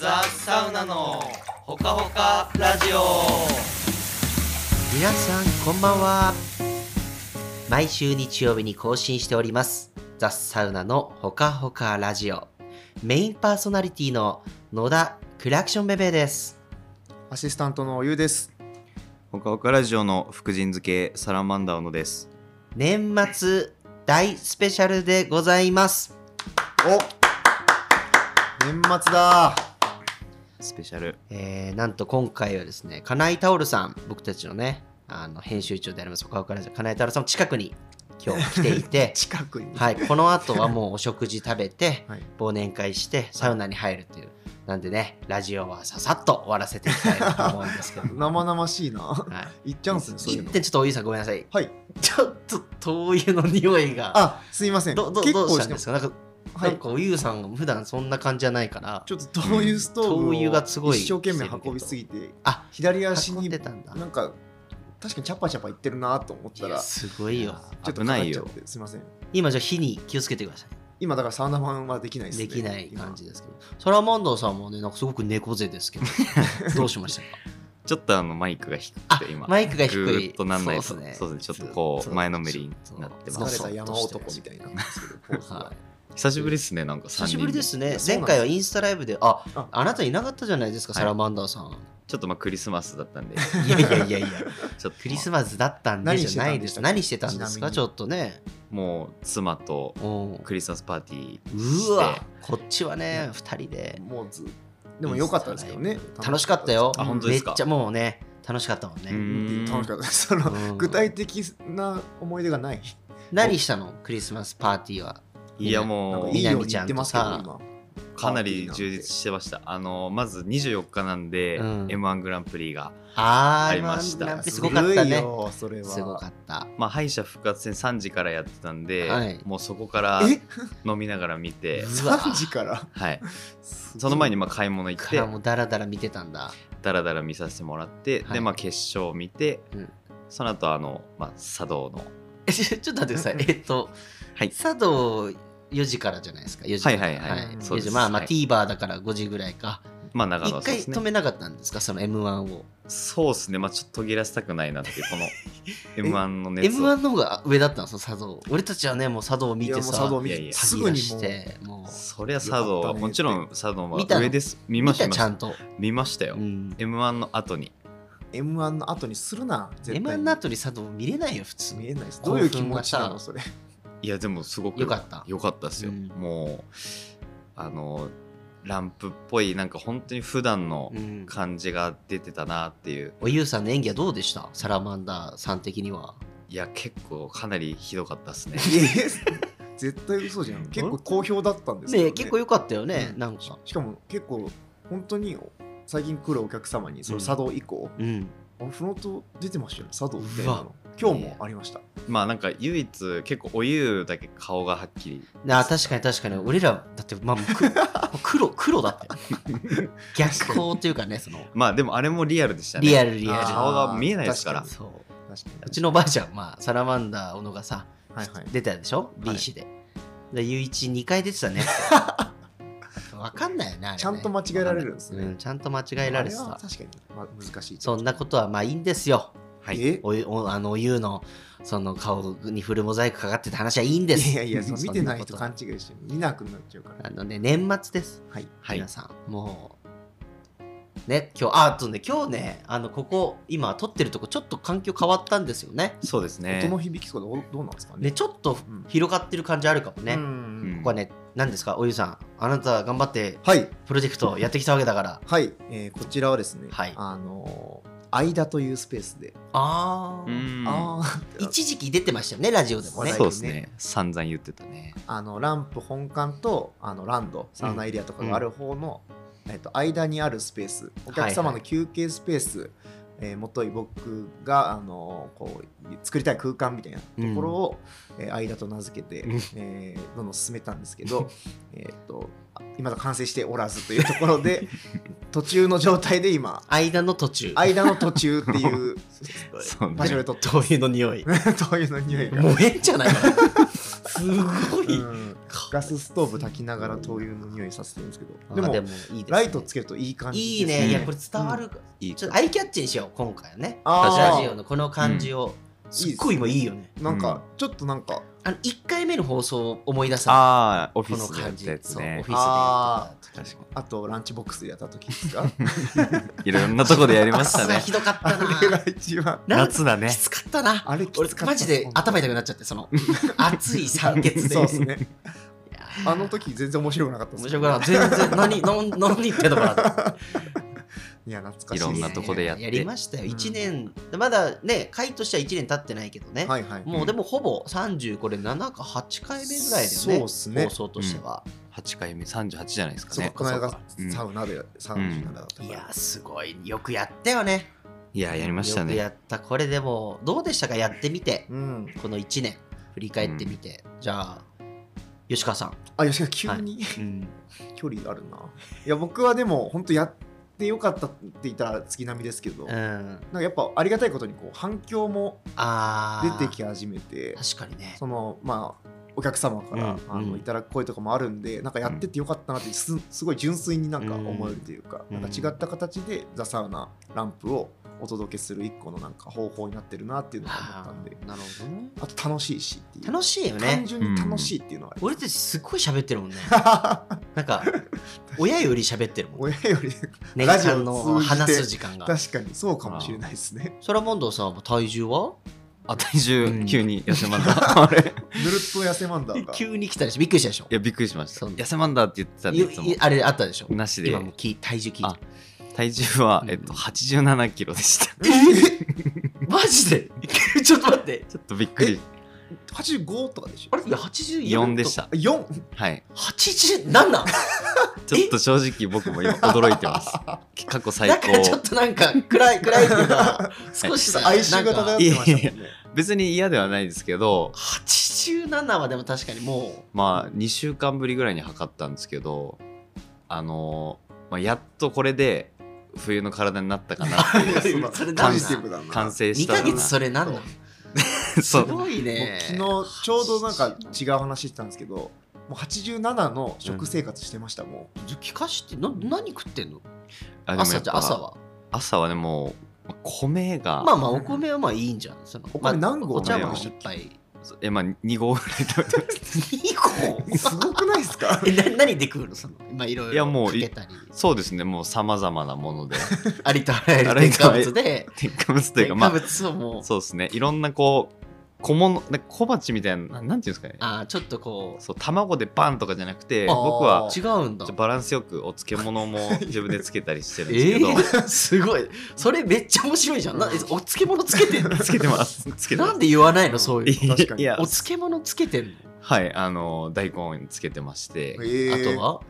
ザ・サウナのほかほかラジオ皆さんこんばんは毎週日曜日に更新しておりますザ・サウナのほかほかラジオメインパーソナリティの野田クラクションベベですアシスタントのゆうです。ほかほかラジオの福神漬けサラマンダーのです。年末大スペシャルでございますお。年末だ。スペシャル。えー、なんと今回はですね金井タオルさん僕たちのねあの編集長でありますほかほかラジオ金井タオルさんの近くに今日来ていて近くに。はい、この後はもうお食事食べて、 はい忘年会してサウナに入るっていうなんでねラジオはささっと終わらせていきたいなと思うんですけど 生々し いな。はいいっちゃうんすね。そういう一の。点ちょっとおゆうさんごめんなさいはい。ちょっと灯油の匂いがあ、すいません。どど結どう構したしんてでますす。かなんか,、はなんい。かおゆうさん普段そんな感じじゃないからちょっと灯油ストーブ灯油をがすごい一生懸命運びすぎて、あ左足運んにでたんだなんか確かにチャパチャパいってるなと思ったいやら、ちすごいよょっと危ないよかかっちゃって。すいません。今じゃあ火に気をつけてください今だからサウナマンはできないですね。できない感じですけどサラマンダーさんもねなんかすごく猫背です けどどうしましたかちょっとあのマイクが低あくて今。マイクが低いぐーっとなんないとそうですねそうですねちょっとこうそう前のめりになって今。そまうすそ疲うれた山男みたいなんですけどポーズはは。久しぶりですね、なんか3人久しぶりですね前そうなんです回はインスタライブであああなたいなかったじゃないですか、はいサラマンダーさんちょっとまあクリスマスだったんで。いやいやいやいやちょっと クリスマスだったんで何しじてゃたんないででしすたっけ何してたんですかちちょなっとねもう妻とおうクリスマスパーティーして。うわこっちはね2人でもうずでも良かったですけどね。楽しかったよあ本当めでっすかちゃもうね楽しかったもんうねん楽しかったです。そのうん具体的な思い出がない。何したのクリスマスパーティーはいやなんもかういいように言ってますけど南ち今。かなり充実してました。あのまず24日なんで、うん M1 グランプリが、あーありましたグランプリすごかったずるいねよそれは。すごかったまあ、敗者復活戦3時からやってたんで、はいもうそこからえ飲みながら見て、うわ3時から。はい、その前にまあ買い物行っかてらもうダラダラ見てたんだダラダラ見させてもらって、はいでまあ決勝を見て、うんその後あの、まあ、茶道のえちょちょっと待ってください。 えっと、はい佐藤4時からじゃないですか。4時から。はいはいはいそうです4時まあまあ、はい TVer だから5時ぐらいか。まあ長一、野さん回です止ねめなかったんですか、その M1 を。そうですねまあちょっと途切らせたくないなっていうこ の m 1の熱を M1 の方が上だったの、その佐藤。俺たちはね、もう佐藤を見いやてもうさ、茶道見いやいてやすすぐぐににもしうて、もう。そりゃよか茶道ったはねもちろん茶道は見たの上です見ました見たちゃんと。見ましたよ、うん m 1の後に M1 の後にするな。絶 M1 対にの後に佐藤見れないよ、普通。見えないです。興ど奮ういがう気持ちなのさそれ。いやでもすごくよかったよかったですよ、うんもうあのランプっぽいなんか本当に普段のうん。感じが出てたなっていうおゆうさんの演技はどうでしたサラマンダーさん的には。いや結構かなりひどかったですね 絶対嘘じゃん。結構好評だったんですけどね結構良かったよね、うんなんか。しかも結構本当に最近来るお客様にその茶道以降、うん。あフロント出てましたよね茶道みたいなの今日もありました、まあなんか唯一結構お湯だけ顔がはっきりあ確かに確かに俺らだってまあもうく もう黒黒だったよ 逆光というかねそのまあでもあれもリアルでしたねリアルリアル顔が見えないですから確そうに確かうちのおばあちゃんまあサラマンダー小野がさにはいはい出たでしょ B 氏で、でゆういち2回出てたね わかんないよねあれねちゃんと間違えられるんですね、うんちゃんと間違えられてあはた確かに、まあ、難しいそんなことはまあいいんですよはいえおゆおあのおゆうのその顔にフルモザイクかかってた話はいいんですいやいやそ の見てないとそんな勘違いして見なくなっちゃうかことらあのね年末ですはいはい皆さんもうね今日ああとね今日ねあのここ今撮ってるとこちょっと環境変わったんですよねそうです音のね響き方どうどうなんですかねねちょっとうん広がってる感じあるかもね、うこんこはね何ですかおゆうさんあなた頑張ってはいプロジェクトやってきたわけだからはい、えーこちらはですね、はいあのー間というスペースで、あうーんあーってなって一時期出てましたよねラジオでもねそうですね散々言ってたねあのランプ本館とあのランドサウナエリアとかがある方の、えっと、間にあるスペースお客様の休憩スペース、えーもとい僕が、あのーこう作りたい空間みたいなところを、えー間と名付けて、うんえーどんどん進めたんですけどえっと今だ完成しておらずというところで途中の状態で今間の途中間の途中っていうそう場所ねで撮って 灯油の匂いというの匂いが燃えんじゃないかすごい、うんガスストーブ炊きながら灯油の匂いさせてるんですけあどでもでもいいですねライトつけるといい感じいいですねいやうんこれ伝わる、いいちょっとアイキャッチにしよう今回はねあラージオのこの感じを、すっごい今いいよねなんうんかちょっとなんかあの1回目の放送を思い出さああオこフィのスでやっ感たじやそつうオフィねスでやあってた確かあとランチボックスでやった時です かにいろんなとこでやりましたあれねひどかったなあ れが一番 なん夏だねきつかったなあれきつか俺ったマジで頭痛くなっちゃってその熱い酸欠でそうです ねいやあの時全然面白くなかったです面白くなかった全然何何何言ってんのかなと思っていや懐かしいいろんなとこでやってやりましたようん1年、まだね回としては1年経ってないけどね、はいはいもうでもほぼ30これ7か8回目ぐらいだそうよっねすね放送としては、 8回目38じゃないですかそうねこの間そがううんサウナで37だったからいやすごいよくやったよねいややりましたよくやねったこれでもどうでしたかやってみてうんこの1年振り返ってみて、じゃあ吉川さんあ吉川急にうん 距離あるないや僕はでも本当やってよかったって言ったら月並みですけどうんなんあかやっぱありがたいことにこう反響も出あーてき始めて確かにねそのまあお客様から、うんあうのんいただく声とかもあるんで、なんかやっててよかったなってすすごい純粋になんか思えるというか、うんなんか違った形でザサウナランプをお届けする一個のなんか方法になってるなっていうのを思ったんで、あーなるほどねあと楽しいしっていう楽しいよ単ね純に楽しいっていうのはありま俺たちすっごい喋ってる もんねす、なんか親より喋ってるもん 親より年ラジ間オのを通じて話す時間が確かにそうかもしれないですね。そらもんどうさんは体重はあ体う重ん急に痩せまんだ あれいぬるっと痩せマンダーが急に来たでしょびっくりしたでしょやびっくりしましたそう痩せまんだって言ってたんでいつもいいあれあったでしょなしで今もき体重聞いたあ体重はうんえっと87キロでした マジで ちょっと待ってちょっとびっくり85とかでしあょれいや84 4でした4はい87なんだちょっと正直僕も今驚い てます過去最だからちょ高っとなんか暗い暗いっていう か少しちさょっと哀愁がなんか漂ってましたもんね。別に嫌ではないですけど87はでも確かにもまあ2週間ぶりぐらいに測ったんですけどあのーまあ、やっとこれで冬の体になったかなっていうそれなポんだジティブ だな。完成うし2たヶな月それなんだそすうごいねもう昨日ちょうどなんか違う話してたんですけど、もう87の食生活してました、もう。聞かしてな何食ってんのあでもや朝っじぱゃ朝は朝はねもうまあ米が、まあまあお米はまあいいんじゃんそのお米何合まあお茶な碗の一杯えまあ2合ぐらい食べてます2個すごくないですか えな何で食うのそのまあいろいいやろもかういけたりそうですねもうさまざまな ものでありとあらゆるあらゆ添る加物で添加物とい添うかま加あ物をもうそうですねいろんなこう小物なんか小鉢みたいななんていうんですかねあーちょっとこそう卵でバンとかじゃなくてあー僕はう違うんだちょバランスよくお漬物も自分でつけたりしてるんです えけど、ー、すごいそれめっちゃ面白いじゃんなえお漬物つけてんのつけてます。つけてまなす。んで言わないのそういうの確かにいやお、漬物つけてんのはい、あの大根つけてまして、えあとーは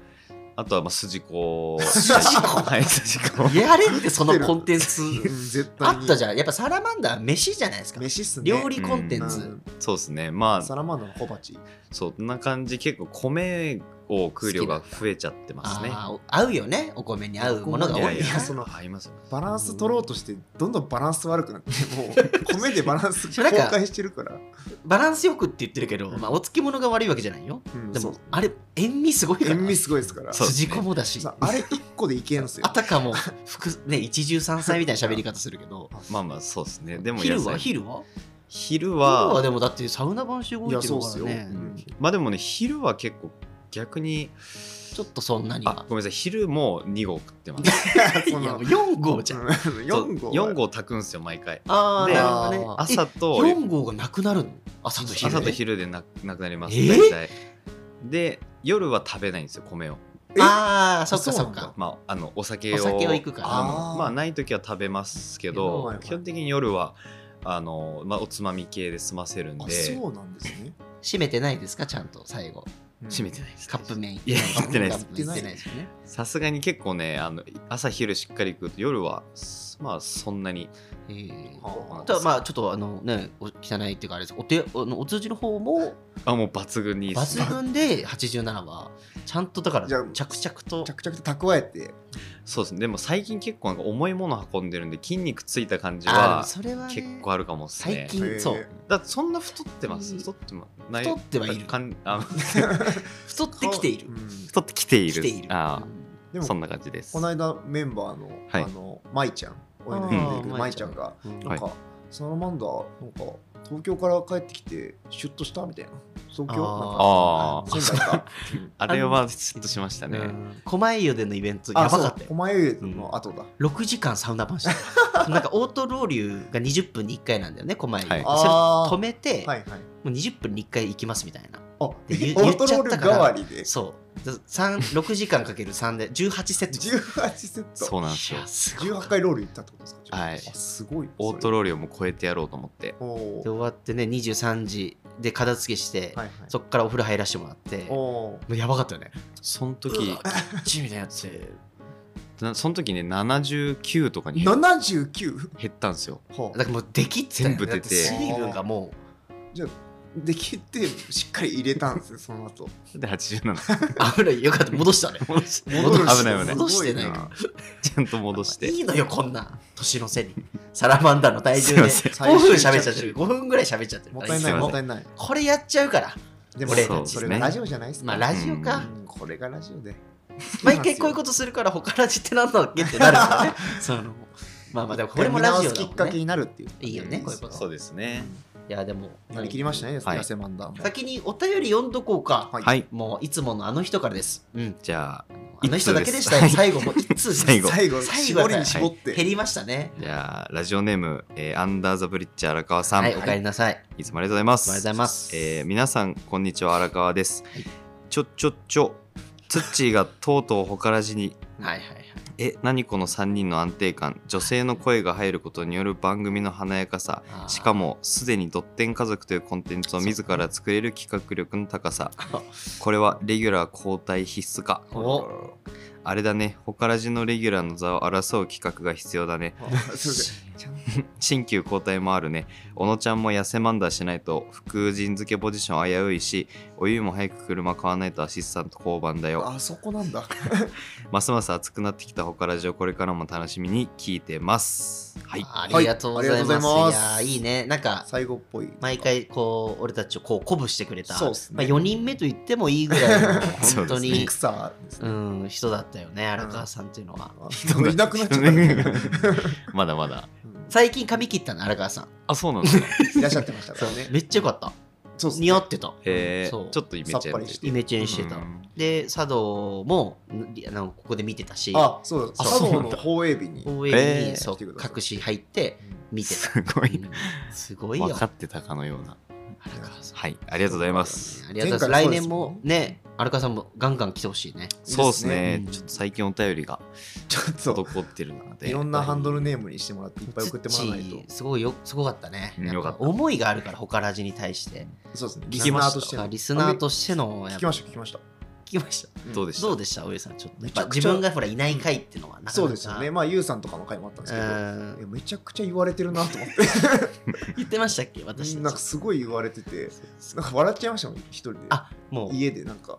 あとはまあ筋子、筋子はい、筋子。やれってそのコンテンツうん絶あ対に。ったじゃゃんやっぱサラマンダーは飯じゃないですか飯っすね。料理コンテンツ、うんそうですね。まサあラマンダの小鉢。そうこんな感じ結構米を食う量が増えちゃってますね。あー合うよねお米に合うものが多ーいいよやねいやいやその合いますよ。バランス取ろうとして、どんどんバランス悪くなって、もう 米でバランスそれなん崩か壊してるから。バランスよくって言ってるけど、うんまあ、お漬物が悪いわけじゃないようんでそもうあれ塩味すごいから塩味すごいですから。そう筋子もだしさあれ1個でいけんすよあ。たかも複ね一汁三菜みたいな喋り方するけどまあまあそうですね。でも昼野は菜昼は昼昼ははでもだってサウナ版集合い行や、ってそるうっかすらよ。うねんまあでもね昼は結構逆にちょっとそんなにあはごめんなさい昼も2合食ってま す。いやもう4号じゃん、うん4号4合炊くんですよ毎回。ああねなるほどねあ朝と4号がなくなるの朝と昼朝と昼でななくなります、えー大体で夜は食べないんですよ米をえああそっかそそうなっんだかまああのお酒をお酒を行くからあのあーまあない時は食べますけど、はいはい基本的に夜はあの、まあ、おつまみ系で済ませるんであそうなんですね。閉めてないですかちゃんと最後閉めてないですカップ麺いや行ってないですカップ麺行ってないですよねさすがに結構ねあの朝昼しっかり食うと夜はすまあそんなにえーはただまあちょっとあのねお汚いっていうかあれですお手あのお通じの方もあもう抜群にいいっす抜群で87はちゃんとだからじゃあ着々と着々と蓄えてそうですねでも最近結構なんか重いもの運んでるんで筋肉ついた感じあーでもはそれはね結構あるかもっすね最近、へー そうだってそんな太ってます太ってまな太ってはいるかんあ太ってきているうん太ってきているきているあであそんもな感じですこの間メンバーのはいあの舞ちゃんおいのヘンうん舞ちゃんがうんなんかサラマンダーなんか東京から帰ってきてシュッとしたみたいな東京なんあーか仙台か あれは嫉妬しましたね、うん狛江湯でのイベントやあばそかうったよ狛江湯の後だ6時間サウナバンしてたなんかオートロウリュが20分に1回なんだよね狛江湯、はいそれあー止めて、はいはいもう20分に1回行きますみたいなあオて言 ーう言っちゃトったからロール代わりでそうだ三6時間かける3で18セット18セッそトうなんですよいやすごい18回ロールいったってことですかはいあすごいオートローリをもう超えてやろうと思ってールおでー終わってね23時で片付けして、はいはいそっからお風呂入らせてもらってもおーうやばかったよねその時チみたいなやつなその時ね79とかに減79ったんですよはだからもうできってたよね全部出てだっ水分がもできてしっかり入れたんで すよその後で87う油よかった 戻したね戻して戻るし危ない危ない戻してないすごかちゃんと戻していいのよこんな年の瀬にサラマンダーの体重ですい5分喋っちゃってる5分ぐらい喋っちゃってるもったいすないいませんもったいないこれやっちゃうからでも俺そたうちそれがラジオじゃないですまかあラジオかうんうんこれがラジオで 毎回こういうことするから他ラジってなんだっけってなるからねそのまあまあでもこれもラジオ見直だすきっもかんけねいになるっていういよねこういうことそうですねやでもやりきりましたね、はい痩せマンダーも。先にお便り読んどこうか、はいはいもういつものあの人からです、うん、じゃああの人だけでしたよはい最後も一通です最後最後、最後絞りに絞って。減りましたねじゃあラジオネーム、えーアンダーザブリッジ荒川さん、、はいいおかえりなさいつもありがとうございますありがとうございますえー皆さんこんにちは荒川です、いちょちょちょツッチーがとうとうほからじにはいはいはいえ何この3人の安定感女性の声が入ることによる番組の華やかさあー しかもすでに「ドッテン家族」というコンテンツを自ら作れる企画力の高さあこれはレギュラー交代必須かおあれだねほからじのレギュラーの座を争う企画が必要だねあすいませんちゃんと新旧交代もあるね小野ちゃんも痩せマンダーしないと福神漬けポジション危ういしお湯も早く車買わないとアシスタント交番だよあそこなんだ。ますます熱くなってきたほからじをこれからも楽しみに聞いてますはいありがとうございます,、はいありがとうございますやーいいねなんか最後っぽい。毎回こう俺たちをこう鼓舞してくれたそうっすねまあ、4人目と言ってもいいぐらい のそうですね本当ミにクサーですうね。ん人だったよね荒川さんっていうのは、人がいなくなっちゃったね。 まだまだうん最近髪切ったの荒川さんあそうなんですかいらっしゃってましたからね。めっちゃよかったそうっすね似合ってた へえそうちょっとイメージさっぱりしてイメチェンしてた、で佐渡もんあのここで見てたしあ、そうだ。あ佐そうな藤んのだ放映日に。応援に、えーそう来てください隠し入って見てた すごいうんすごいよ分かってたかのような荒川さんはいありがとうございますありがとうございます前来回そうですも年もんねね荒川さんもガンガン来てほしいねそうですねうんちょっと最近お便りがちょっと、滞ってるのでいろんなハンドルネームにしてもらって、いっぱい送ってもらわないツとッチ。ーすごいよすごかったねうんやっぱよかった思いがあるからほからじに対してそうですね。聞きましたリスナーとしてのリスナーとしてのや聞っきぱました、聞きました。聞きましたどうでしたどうでしたおゆさんちょっとやっめちゃぱくちゃ自分がほらいない回っていうのはなかなかそうですよね。まあ、ゆうさんとかの回もあったんですけど。うんいやめちゃくちゃ言われてるなと思って言ってましたっけ私なんたかちすごい言われててなんか笑っちゃいましたもん一人であもう家でなんか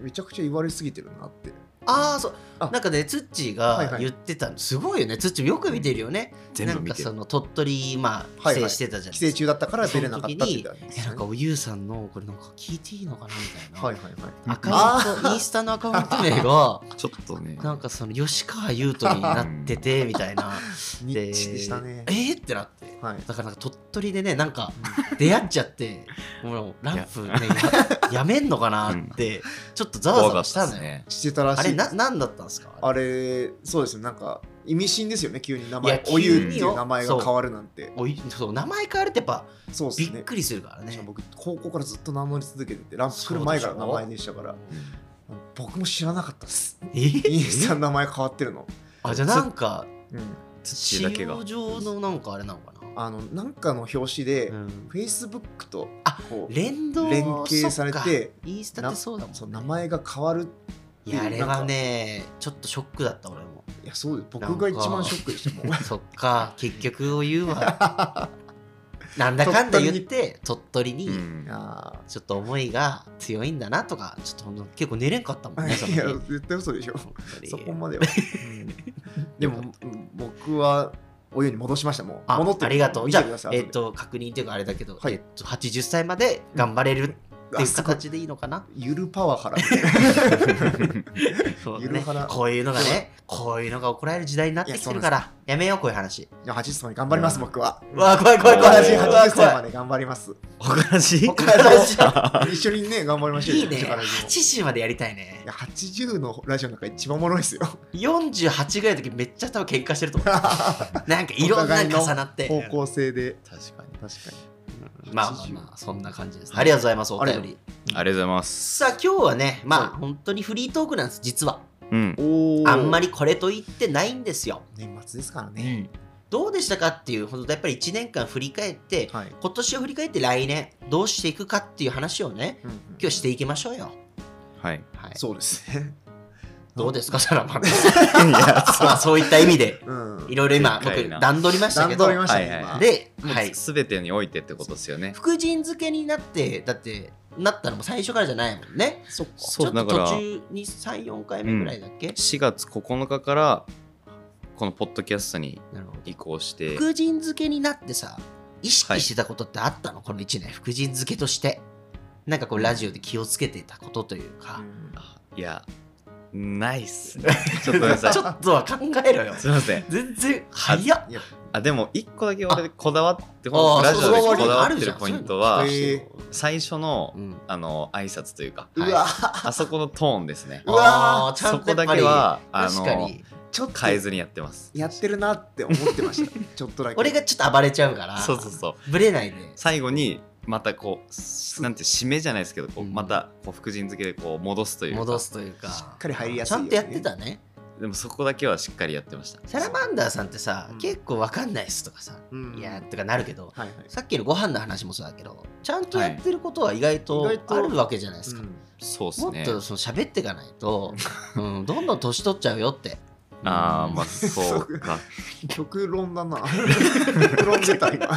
めちゃくちゃ言われすぎてるなってああそうあなんかねツッチーはいがはい言ってたのすごいよねツッチーよく見てるよね全部なん見かてそるの鳥取まあはいはい帰省してたじゃない帰です省か中だったから出れなかったって言ってたんですえなんよかねおゆうさんのこれなんか聞いていいのかなみたいな、はいはいはいアカウントインスタのアカウント名がちょっとねなんかその吉川優斗になっててみたいな ニッチでしたねえー、ってなってはいだからなんか鳥取でねなんか出会っちゃってもうランプねや やめんのかなってちょっとざわざわしたのよ、ねしてたらあしれいな何だったんですかあれそうですねなんか意味深ですよね急に名いや前急によおゆうっていう名前が変わるなんておいそう名前変わるってやっぱそうでびすっねくりするからね僕高校からずっと名乗り続けててランプ来そうでしょる前から名前でしたから僕も知らなかっ たですえインスタの名前変わってるのあじゃあなんかうん土だけが使用上のなんかあれなのかなあのなんかの表紙でうんフェイスブックとあこう連動連携されてそっかインスタってそうだもん、ね、そう名前が変わるいやあれはねちょっとショックだった俺もいやそうです僕が一番ショックでした もんそっか結局を言うわ なんだかんだ言って鳥取にうんあーちょっと思いが強いんだなとかちょっとほんと結構寝れんかったもんねその い日や絶対嘘でしょ本当にそこまでは、うんでもうん僕はお湯に戻しましたもうあ戻ってありがとう。見じてゃくださあ、いえっと、確認というかあれだけど、はいえっと、80歳まで頑張れるってあいうすごい形でいいのかな、ゆるパワハラ そうだゆるねはな。こういうのがね、こういうのが怒られる時代になってきてるから、やめよう、こういう話。じゃあ80歳まで頑張ります僕はうわ、怖い怖い同怖い。じう80わ怖歳まい。で頑張りますおかしい。お 母さんも一緒にね頑張りましょうよいいね。宝島も80までやりたいねいや。80のラジオなんか一番おもろいですよ48ぐらいの時めっちゃ多分喧嘩してると思う。なん かいろんなの重なって。方向性で確か確かにに。まあまあまあ、そんな感じです、ね。ありがとうございます、お便り。ありがとうございます。さあ今日はね、まあは本当にフリートークなんです、実は。うん。おーあんまりこれと言ってないんですよ。年末ですからうね、んどうでしたかっていう、ほんとやっぱり1年間振り返って、はい、今年を振り返って来年どうしていくかっていう話をね、うんうん今日していきましょうよ。はい。はい、そうですねどうですすか、さらば。まあ そういった意味で、うんいろいろ今、でかい僕、な段取りましたけ段ど、取りましたね、はいはい今で、ははいい。、すべてにおいてってことですよね。福神漬けになって、だって、なったのも最初からじゃないもんね。そっかちょそっうとだから途中に3、4回目ぐらいだっけ、 4月9日からこのポッドキャストになるほど移行して福神漬けになってさ意識してたことってあったの、この1年福神漬けとしてなんかこうラジオで気をつけてたことというか、あいやないっすねちょっとごめんなさ いちょっとは考えろよすいません全然早っいやあでも一個だけ俺こだわってあこのラジオでそうこだわってるポイントはあるじゃんそういうの最初のうん、あの挨拶というかうはいわあそこのトーンですねうわあーちゃそんとこやだっぱりけはあ確かのにちょっと変えずにやってますやってるなって思ってましたちょっとだけ俺がちょっと暴れちゃうからそうそうそうぶれないで最後にまたこうなんて締めじゃないですけどこううんまたこう福神漬けでこう戻すというか戻すというかしっかり入りやすいようにちゃんとやってたねでもそこだけはしっかりやってましたサラマンダーさんってさ、うん結構わかんないっすとかさ、うんいやーとかなるけど、はいはいさっきのご飯の話もそうだけどちゃんとやってることは意外とはい意外とあるわけじゃないですか、うんそうっすもねっとその喋っていかないと、うん、どんどん年取っちゃうよってああまああそうか極論だな極論出た今今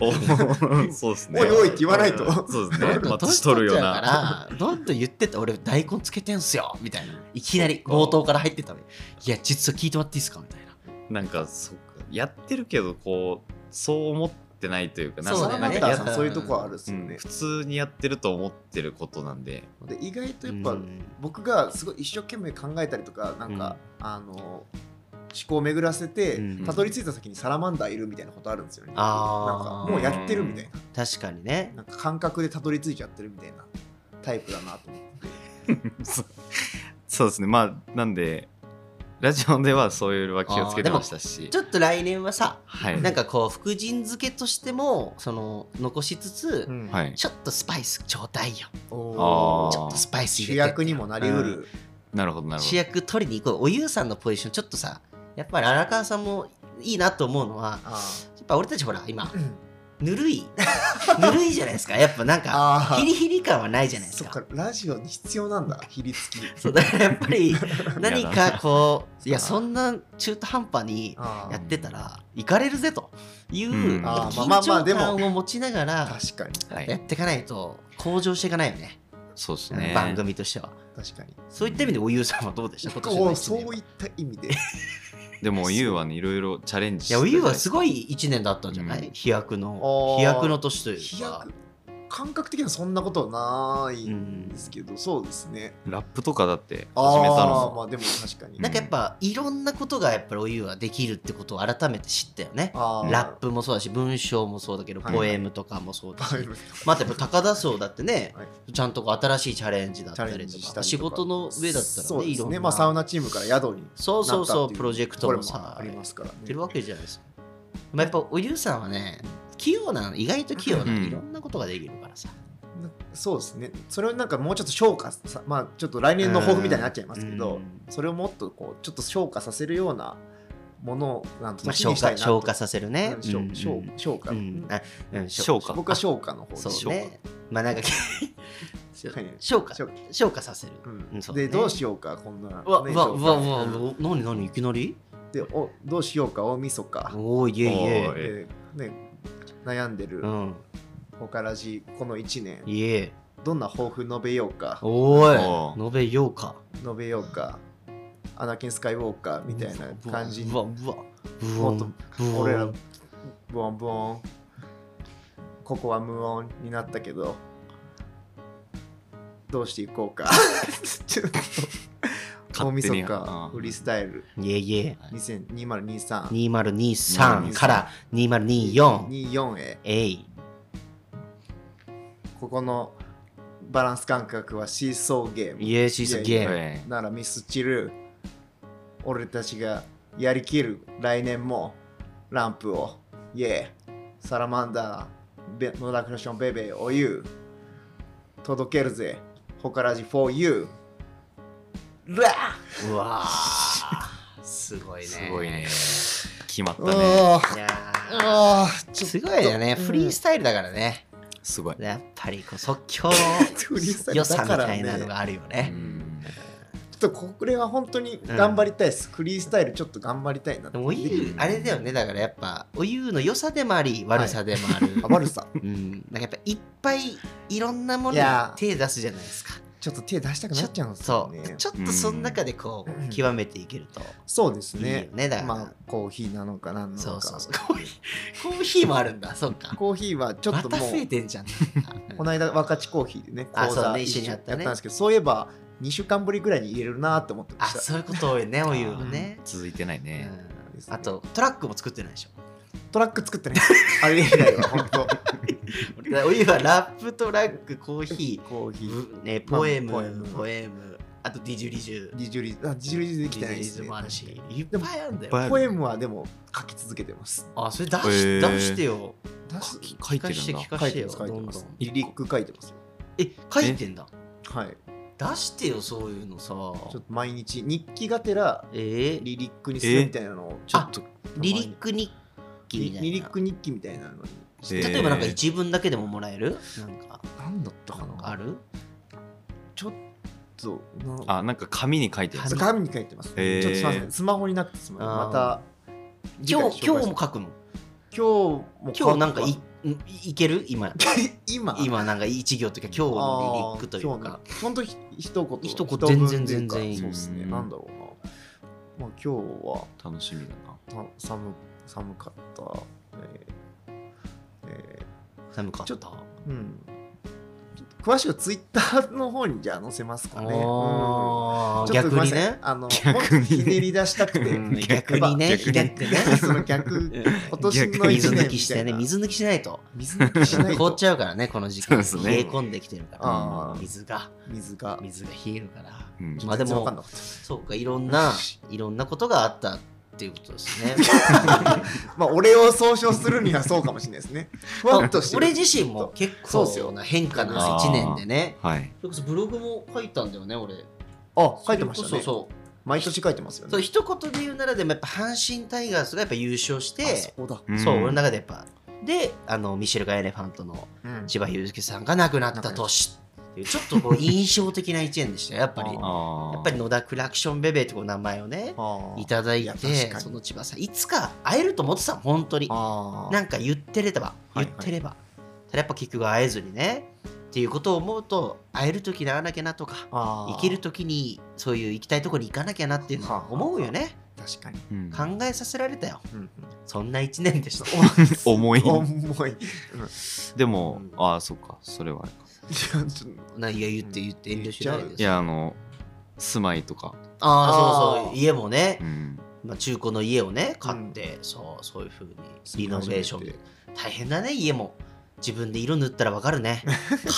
おー そうですねおいおいって言わないとそうですどねんどん年年取取るっちよゃうかならどんどん言ってって俺大根つけてんすよみたいないきなり冒頭から入ってたのにいや実は聞いてもらっていいですかみたいな なんかそうかやってるけどこうそう思ってないというかなんそかうだよねなんかサラマンダーやさっんそういうとこあるっすうよんね普、通にやってると思ってることなんで で意外とやっぱ、うん僕がすごい一生懸命考えたりとかなんか、あの思考を巡らせて、うんたどり着いた先にサラマンダーいるみたいなことあるんですよねあーなんかもうやってるみたいな確かにねなんか感覚でたどり着いちゃってるみたいなタイプだなと思ってそうそうですねまあなんでラジオではそういうのは気をつけてましたしちょっと来年はさはいなんかこう福神漬けとしてもその残しつつ、うんはいちょっとスパイスちょうだいよおーあーちょっとスパイス主入れてって役にもなりうる、なるほどなるほ主ど役取りに行こうおゆうさんのポジションちょっとさやっぱり荒川さんもいいなと思うのはあやっぱ俺たちほら今ーうんぬるい ぬるいじゃないですかやっぱなんか あーヒリヒリ感はないじゃないですそっかかラジオに必要なんだ比率きそうだからやっぱ り何かこういやそうそんな中途半端にあーやってたら行かれるぜといううんやっぱあーまあまあま緊あで張も感を持ちながら確かにはいやっていかないと向上していかないよねそうですね番組としては確かにそういった意味でおゆうさんはどうでした今年のおー一そ年はういった意味ででもゆうはねいろいろチャレンジしいてや、た Wii じゃなはですすごい1年だったんじゃない、うん飛躍のあー飛躍の年というか飛躍感覚的にはそんなことはないんですけど、そうですねラップとかだってあ始めたあーのまあでも確かになんかやっぱいろんなことがやっぱりおゆうはできるってことを改めて知ったよねあーラップもそうだし文章もそうだけどはいはいポエムとかもそうだし、バイブまたやっぱ高田荘だってね、はいちゃんとこう新しいチャレンジだったチャレりンとジかしたりとか仕事の上だったらそうねでいすろんねな、まあサウナチームから宿にそうそうなそうったっていプロジェクトもこれさありますからねやってるわけじゃないですか、まあ、やっぱおゆうさんはね器用なの意外と器用なの、うんいろんなことができるからさなそうですねそれをなんかもうちょっと昇華さまあちょっと来年の抱負みたいになっちゃいますけど、うんそれをもっとこうちょっと昇華させるようなものをなんとまあ、年消にしたい化なと消化させるねうん。う消ん消消化、うん、あうん消化僕は消化の方でそうね。まあなんか 消化消化消化させる。ううんんそうねでどうしようかこんな、ね、うわうわ消う化わうわうわ。なになにいきなり？でおどうしようか大晦日おおいえいおーえ。でね悩んでるうんほからじこの1年いえ。どんな抱負述べようかおおい。ー述べようか。述べようかアナキン・スカイウォーカーみたいな感じにうわうわうわもっとうわ俺らブオンブオンここは無音になったけどどうしていこう かちょっと大勝手に晦日あーフリースタイルいえいえ2000 2023 2023から2024 24へえいここのバランス感覚はシーソーゲームイエーシスゲームえならミスチル俺たちがやりきる来年もランプをイエーサラマンダーベノラクロションベベーおゆ届けるぜホカラジ for you ラうわーすごいえねすごいね決まったおねーいやーあーちょっすごいよねうんフリースタイルだからねすごい、やっぱりこう即興 フリースタイのル良さだかみたらねいなのがあるようねんとこれは本当に頑張りたいです、フリースタイルちょっと頑張りたいなでもおゆうあれだよねだからやっぱおゆうの良さでもあり悪さでもある、あ悪さうんなんかやっぱいっぱいいろんなものいにやー手出すじゃないですかちょっと手出したくなっちゃうんですそよねうちょっとその中でこうんう極めていけるとそうですいいよねねだから、まあコーヒーなのか何なのかそうそうそうコーヒー コーヒーもあるんだそうかコーヒーはちょっとまたも増えうてんじゃ んこの間若ちコーヒーでねあ講そう座ね一緒一緒ににややっったたねんですけどそういえば2週間ぶりぐらいに入れるなって思ってまあしたそういうこと多いねおゆうはね続いてないね、うんあとトラックも作ってないでしょトラック作ってねあれ以来は本 当お湯はラップトラックコーヒコーヒー、ーぶね、ポエムポエムポエムあとディジュリジュ二重リズあ二重リズでデきィジてなュいでリすズねもあるしいっぱいあるんだいっよぱいあるポエムはでも書き続けてますあそれ出し、へー出してよ出す書い聞てかるしてんだ聞書かしいててよます書いどてんまどすんリリック書いてますよえ書いてんだはい出してよそういうのさちょっと毎日日記がてらえーリリリックにするみたいなのをちょっとリック日記みたいなリリック日記みたいなのにえー例えばなんか一文だけでももらえるなんか何だったかなんなかあるちょっとなあなんか紙に書いてるんでそすうか紙に書いてます。へーちょっとすみません。スマホになくてすみません。また今日次回今日紹介しも書くの今日も今日なんかいんいける今 今今なんか一行というか今日のリリックというかあー。今日の本当ひ一言一言文全然というか全然いいそうですね。うんなんだろうな。まあ今日は楽しみだなた寒寒かった。えーえ寒かっちたょっーうん。ちょっと詳しくツイッターの方にじゃあ載せますかね。うんあーちょっと逆ごめんになさいねあの、逆にね本当ひねり出したくて、うん 逆にね逆に左ってね その逆、今年の一水年みたいな抜きしてね水抜きしないと水抜きしない凍っとちゃうからねこの時期そう冷えですね込んできてるからあー水が水が水が冷えるからうんまあで全然わかんもなかっそうかいろんないろんなことがあったっていうことですねたまあ俺を総称するにはそうかもしれないで すねふわっとしてる俺自身も結そうっすよ構な変化な1年でねはいそれこそブログも書いたんだよね俺あ書いてましたねそうそう毎年書いてますよねそう一言で言うならでもやっぱ阪神タイガースがやっぱ優勝しあてそうだ、うんそう俺の中でやっぱであのミシェルガ・エレファントのうん千葉雄介さんが亡くなった年っていうちょっと こう印象的な一年でしたよやっぱりあやあーっぱり野田クラクションベベーってこう名前をねあーいただいいやて確かにその千葉さんいつか会えると思ってたの本当にあなんんか言ってればは言いはいってれば、ただやっぱ結局会えずにねっていうことを思うと会える時に会わなきゃなとかあ行ける時にそういう行きたいとこに行かなきゃなっていうのは思うよね確かに、うん考えさせられたよ うんそんな1年でした重いうん、重いいでもうんああそっかそれはあれかやちょっと何が言って言って遠慮しないです言っいやあの住まいとかああそうあそうー家もねう、んまあ、中古の家をね買って、そうそういうふうにリノベーション大変だね家も自分で色塗ったらわかるね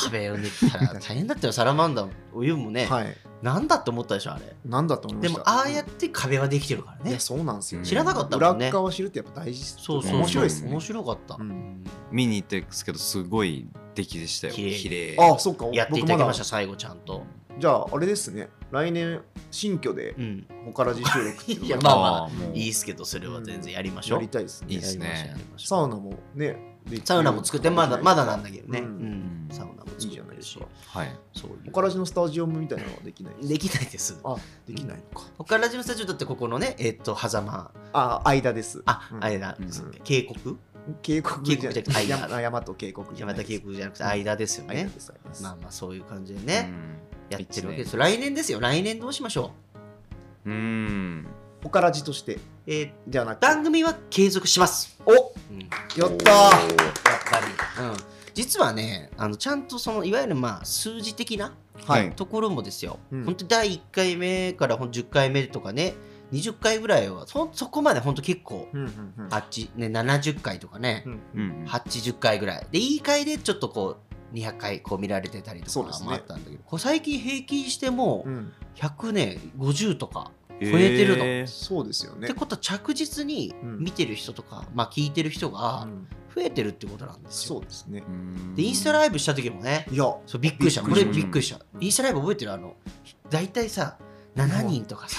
壁を塗ったら大変だったよサラマンダーお湯もね、はいなんだって思ったでしょあれなんだと思いまでしたもああやって壁はできてるからいねやそうなんですよ、知らなかったもんね裏側を知るってやっぱ大事っすそうそうそう面白いでですすね面白かった、うん見に行ったんですけどすごい出来でしたよ綺麗綺麗あそっかやっていただ僕きままだした最後ちゃんと、じゃああれですね来年新居でうん、ホカラジ収録っていう のがいやまあまあーもういいっすけどそれは全然やりましょやう、りたいですねいいっすねやりましょうやりましょうサウナもねできるサウナも作ってまだまだなんだけどね、ううんんサウナも作いいっじてゃないるですしかはいそういうホカラジのスタジオみたいなのはできないですできないですあできないのかほからラジのスタジオだってここのねえっ、と狭間あ間ですあ、うんあれだ、うんそうか渓谷渓谷じゃ渓谷じゃない山山と渓谷じゃな山いで田す渓谷じゃなくて間ですよ間ねで、す間ですまあまあそういう感じでうね、んやってるわけですいいっすね来年ですよ来年どうしましょううーんおからじとしてえーではなく番組は継続します。おうんやったーやっぱり、うん、実はねあのちゃんとそのいわゆるまあ数字的なはいところもですよ、うん本当第1回目からほん10回目とかね20回ぐらいはそそこまで本当結構うんうんうんあっち、ね、70回とかね、うんうんうん80回ぐらいでいい回でちょっとこう200回こう見られてたりとそかうですねもあったんだけど、こう最近平均してもうん100ね50とか超えてるのえーそうですよっねてことは着実にうん見てる人とか、まあ聞いてる人うがん増えてるってことなんですよそうですねうーんでインスタライブした時もねいやそうびっくりしたびこっれくりしたびっくりしたうんインスタライブ覚えてるあの大体さ7人とかさ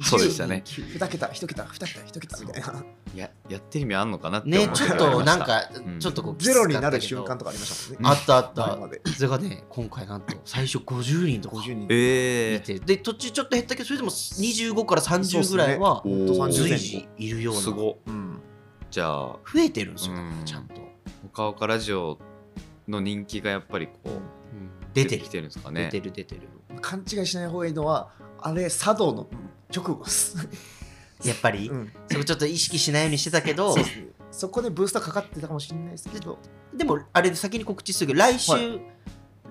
そうでしたね2桁1桁2桁1桁みたいなややってる意味あんのかなって思ねうちょっ時はありとまなしんたかうんちょっとこうゼロになる瞬間ととかありましたもんねあったあっ前またでそれがね今回なんと最初50人とか50人え見てで途中ちょっと減ったけどそれでも25からそうっ30すぐねらいはほおんとー30随前後時いるよーうなす増ごっうんじゃあえてるんですよだかうらんちゃんと「ほかほかラジオ」の人気がやっぱりこう出てるきてるんですか出ねてる出てる勘違いしない方がいいのはあれ茶道の直後です、やっぱりうんそれちょっと意識しないようにしてたけどそうですねそこでブースターかかってたかもしれないですけどでもあれで先に告知するけど来週は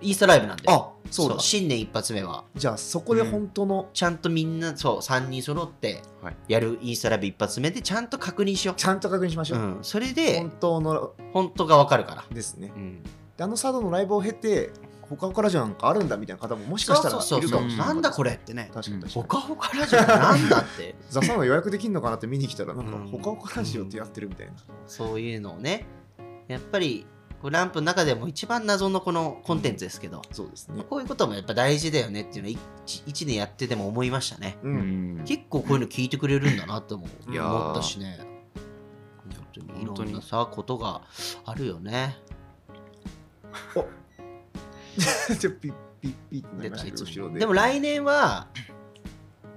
インスタライブなんであそうだ新年一発目はじゃあそこで本当の、ちゃんとみんなそう3人揃ってはいやるインスタライブ一発目でちゃんと確認しよちゃんと確認しましう、ょうう、ん、それで本当の本当がわかるから、ですねうん、であの茶道のライブを経てほかほかラジオなんかあるんだみたいな方ももしそかうしたらそうそいうるそかうもしれないなんだこれってね確かに確かほにかほかラジオなんだってザ・サウナ予約できるのかなって見に来たらなんかうんほかほかラジオってやってるみたいな、そういうのをねやっぱりこうランプの中でも一番謎のこのコンテンツですけど、そうですねこういうこともやっぱ大事だよねっていうのは 1, 1年やってても思いましたねう、うん ん結構こういうの聞いてくれるんだなともいやー思ったしね本当にい本ろ当にんなさことがあるよねじゃあピッピッピッってなりましたけど出た後ろででも来年は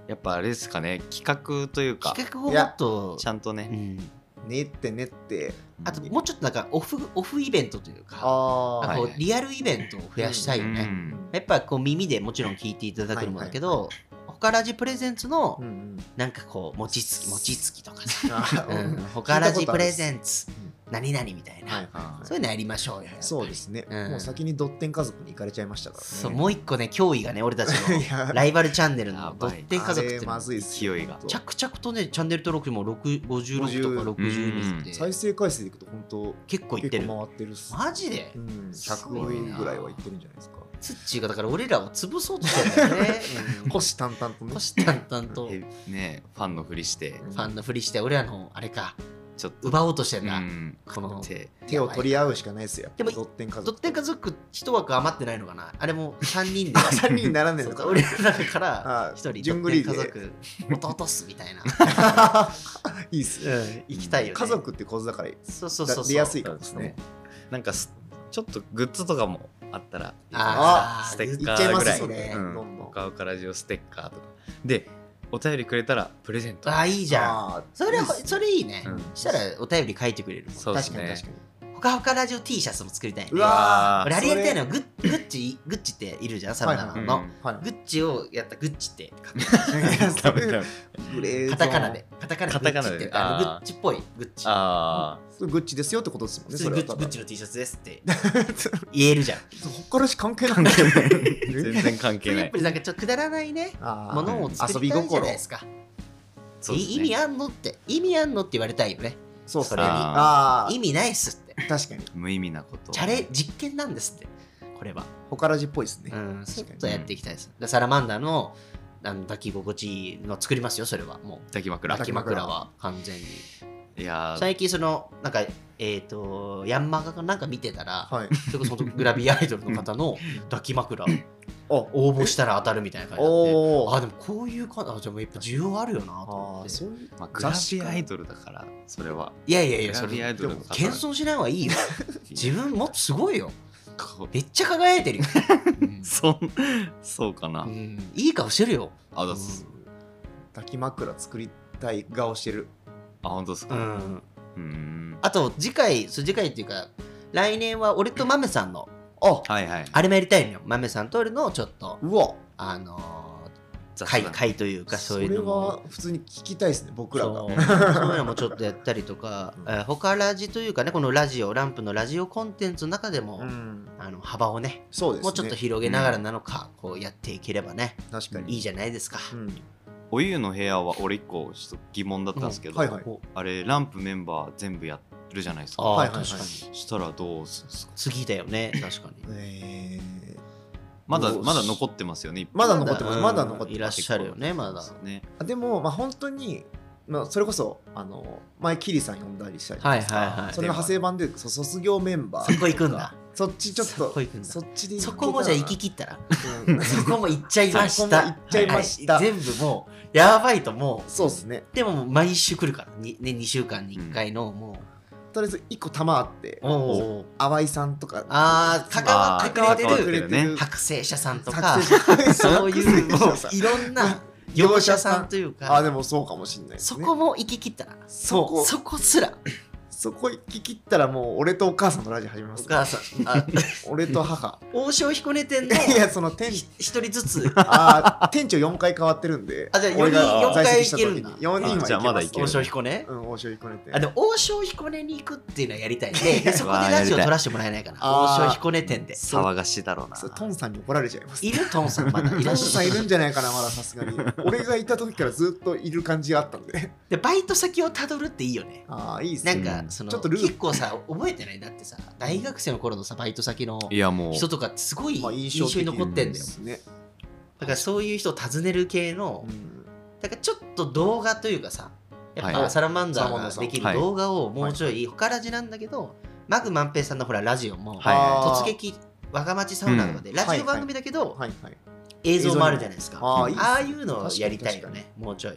やっぱあれですかね企画というか企画をもっとちゃんとうねん練って練ってあともうちょっとなんかオフオフイベントというかあなんあかこはいうリアルイベントを増やしたいよね、うんやっぱこう耳でもちろん聞いていただくのもだけど、ほかラジプレゼンツのうんうんなんかこう餅つき餅つきとかさ、あーううんん、ほかラジプレゼンツ何々みたいな、はいはいはいそういうのやりましょうよそうですね、うんもう先にドッテン家族に行かれちゃいましたからねそうもう一個ね脅威がね俺たち い やのライバルチャンネルのやドばいッテン家族っていあうれのまがずいっすよ勢いがほんと着々とねチャンネル登録も6 56とか62って再生回数でいくと本当結構いって結る構回ってるっす、マジでうん、すごいな100ぐらいはいってるんじゃないですかツッチーがだから俺らを潰そうとしてんだよね、うん、虎視眈々とね虎視眈々とえフねファンのふりしてうんァンのふりして俺らのあれかちょっと奪おうとしてうんだ、んこの手手を取り合うしかないですよでもドッテン家族ドッテン家族一枠余ってないのかなあれも3人 で3人並んでそうそるの かう俺らの中からあ一人順ドッテン繰りで家族弟っすみたいな いいっすね、行きたいよね家族って構図だからそうそうそうそう出やすいからですねなんかすちょっとグッズとかもあったらあーステいッっカちゃいーまぐらいすね、うんどんどんほかほかラジオステッカーとかでお便りくれたらプレゼントあいいじゃんあーそれいいっはすねそれいいね、うんしたらお便り書いてくれるもんそうです確かにね確かにほかほかラジオ T シャツも作りたいねうわ俺あれやりたいのははグッ グッチグッチっているじゃんサバナの、はいはいうんはいグッチをやったグッチって ダメダメグレーゾーンカタカナでカタカナでカタカナグッでチってあのグあッーチっぽいグッチあそれグッチですよってことですもん普ね通そにれグはッチグただッチの T シャツですって 言えるじゃんほっからし関係ないんだよね ー全然関そ係れなやっいぱりなんかちょっとくだらないねあーものを作りたいじゃないですか そうですねい意味あんのって意味あんのって言われたいよねそうっすそねれにあ意味ないっすってあ確かに無意味なことチャレ実験なんですってこれはほからじっぽいですね、うん、ちょ確っかにとやっていきたいです。でサラマンダーのあの抱き心地いいの作りますよ、それは。もう、抱き枕抱き枕は完全に。いやー最近、その、なんか、えっ、と、ヤンマガかなんか見てたら、はいそれこそ本当グラビアアイドルの方の抱き枕、お応募したら当たるみたいな感じになって。 おあ、ーでもこういうか、あ、じゃあもうやっぱ需要あるよなと思っあーて。そういうまあ、グラビアアイドルだからそれはいやいやいグや、ラそれ、ビアアイ謙ドルの方遜しない方がいいよ。自分もっとすごいよ。こめっちゃ輝いてるよ。うん そんそうかな、うんいい顔してるよ。あだうんす抱き枕作りたい顔してるあ本当ですうかん。うんんあと次回そう次回っていうか来年は俺とマメさんのあはいはいあれもやりたいのよマメさんと俺のちょっとうわあのー雑会談会というかそういうのもそれは普通に聞きたいですね僕らがそうそういうのもちょっとやったりとか、うんえー他ラジというかねこのラジオランプのラジオコンテンツの中でも、うんあの幅をねそうですねもうちょっと広げながらなのか、こうやっていければね確かにいいじゃないですか、うんおゆの部屋は俺一個ちょっと疑問だったんですけど、うんはいはいおあれランプメンバー全部やるじゃないですあかあ、はいはいはい確かにしたらどうすんですか次だよね確かにえーまだどうしまだ残ってますよねいっぱいまだ残ってますうんまだ残ってますいらっしゃるよねまだねあでも、まあ、本当に、まあ、それこそあの前キリさん呼んだりしたり、はいはいはいそれの派生版でそう卒業メンバーそこ行くんだそっちちょっとそこ行くんだそっちでそこもじゃあ行き切ったらうんそこも行っちゃいましそこたも行っちゃいましたはい全部もうやばいともう そうですねでももう毎週来るからにね2週間に1回のもとりあえず一個玉あってう、おー淡井さんとかあー関わあっーてくれ関わっててるるね剥製者さんとか作成者そういうもう作成者さんいろんな業者さんというあーでかもそうかもしれないですそねこも行き切ったらそこそこすらそこ行き切ったらもう俺とお母さんのラジオ始めまおす母さんあ俺と母王将彦根店の いやその店ひ一人ずつあー店長4回変わってるんであじゃあ俺が四回在籍した時いけるんだに4人はあじゃあまだいける王将彦根うん、王将行くねて。あでも王将彦根に行くっていうのはやりたいんででそこでラジオわあやりたい撮らせてもらえないかなあー王将彦根店で騒がしいだろうなそうトンさんに怒られちゃいます。いるトンさんまだいトらっンしさゃんいるるんじゃないかな、まださすがに。俺がいた時からずっといる感じがあったん で。でバイト先をたどるっていいよねああ、いいですなね。んかうんそのちょっとループ結構さ覚えてないだってさ大学生の頃のさバイト先のいやもう人とかってすごいまあ印象に残ってんだよですね。だからそういう人を訪ねる系のうんだからちょっと動画というかさやっはぱいサラマンダサラマンダーーさがんできはるい動画をもうちょい他ラジなんだけどマグマンペイさんのほらラジオもはいあ突ー撃わがまちサウナとかで、うんラジオ番組だけど、はいはい。映像もあるじゃないですかあああ、いいっすねあいうのをやりたいよ確かにねもうちょい、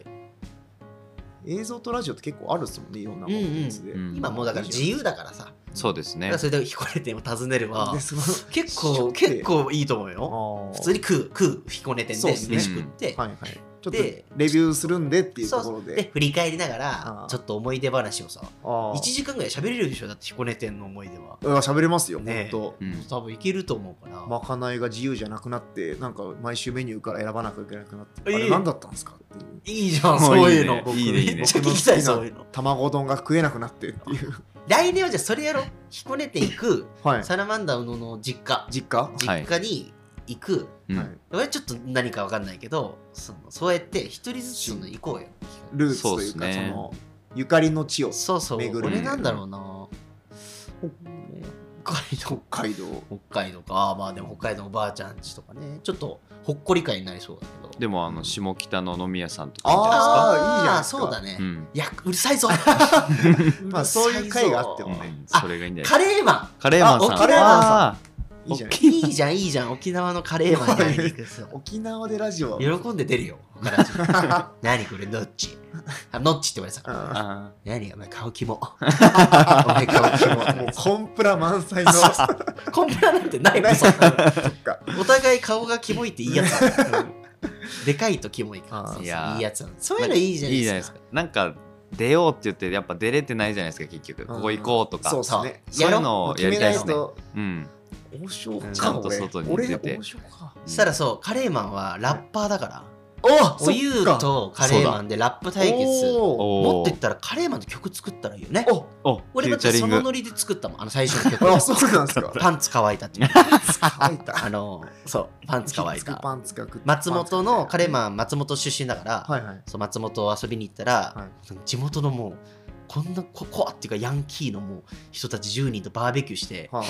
映像とラジオって結構あるっすもんね、いろんなコンテンツで。うんうん今もうだから自由だからさそうですだねからそれで彦根店を訪ねればでその結しょ構って結構いいと思うよああ普通に食う食う彦根店そうでっすね飯食って、はいはい。ちょっとレでビューするんでっていうとそうこそろうでで。振り返りながあらーちょっと思い出話をさああ1時間ぐらい喋れるでしょだって彦根店の思い出はうわ喋れますよ、ねえ本うん多分いけると思うから、当。まかないが自由じゃなくなって、なんか毎週メニューから選ばなきゃいけなくなって、ええあれ何だったんですかっていう。いいじ ゃんもそうういいいうのね僕いいねいいめねっちゃ聞きたい僕の好きなそういうの卵丼が食えなくなってっていう。来年はじゃあそれやろう彦根店行くはい。サラマンダーのの実家実家はい実家に行く、うんはい、俺ちょっと何か分かんないけどそのそうやって一人ずつその行こうよルーツというそうかっそ,、すねのゆかりの地をそうそう巡る俺なんだろうな北海北道海道北海道かあーまあでも北海道おばあちゃん家とかねちょっとほっこり会になりそうだけどでもあの下北の飲み屋さんとかーあいいじゃないですかそうだね、ういんやうるさいぞ まあそういう会があってうもねんそれがいいんじゃないカレーマンカレーマンさんあカレーマンさんあいいじゃないいいじゃんいいじゃん沖縄のカレーマンに会いに行く さ沖縄でラジオ喜んで出るよ岡田ち 何これノッチあノッチって言われてたからーああ何お前顔 キモお前顔キモーもうコンプラ満載のそっかコンプラなんてないもんそんなの お互い顔がキモいっていいやつだ、でかいとキモいからあそうそうーいいやーいやつなのそういうのいいじーゃないいいじゃなでいですすかかなんか出ようって言ってやっぱ出れてないじゃないですか結局ここ行こうとかそうですそうねそういうのもをうやりたいですね 決めないとうん王将かちゃんと外に俺出て俺王将かそしたらそうカレーマンはラッパーだからおおゆうとカレーマンでラップ対決おーおーもっと言ったらカレーマンの曲作ったらいいよねおおフ俺ュだーっチャてリそンのグノリで作ったもんあの最初の曲あそうなんで すかパンツ乾いたっていう入ったあのそうパンツ乾いひったつくパンツがくっつく松本のカレーンマン松本出身だから、はいはいそう松本を遊びに行ったら、は地元のもうこんなここっていうかヤンキーのもう人たち10人とバーベキューして は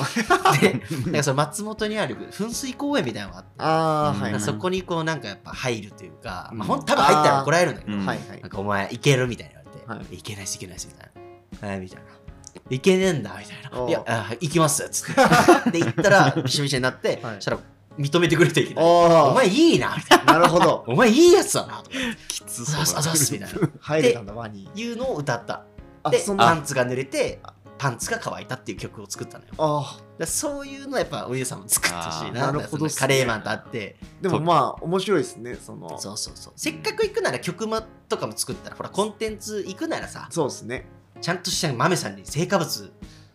で なんかその松本にある噴水公園みたいなのがあってああーはいなんはかいそこにこうなんかやっぱ入るというか、うんまあ、ほん多分入ったら怒られるんだけど、うんはいはいなんかお前いけるみたいに言われて、、はいけないですいけないですみたいな、はい、みたいないけねえんだみたいおなういやあ行きますっつってで行ったらびしょびしょになって、はいそしたら認めてくれていけないおお前いいなみたいななるほ どお前いいやつだなとかきつあざあざっすみたいな入れたんだ輪にいうのを歌ったあでそんパなンツが濡れてパンツが乾いたっていう曲を作ったのよだかあらそういうのやっぱおゆうさんも作ってほしいなあーなるほどっすねカレーマンとあってーでもまあ面白いですねそのそうそうそうせっかく行くなら曲もとかも作ったらほらコンテンツ行くならさそうですねちゃんとした豆さんに成果物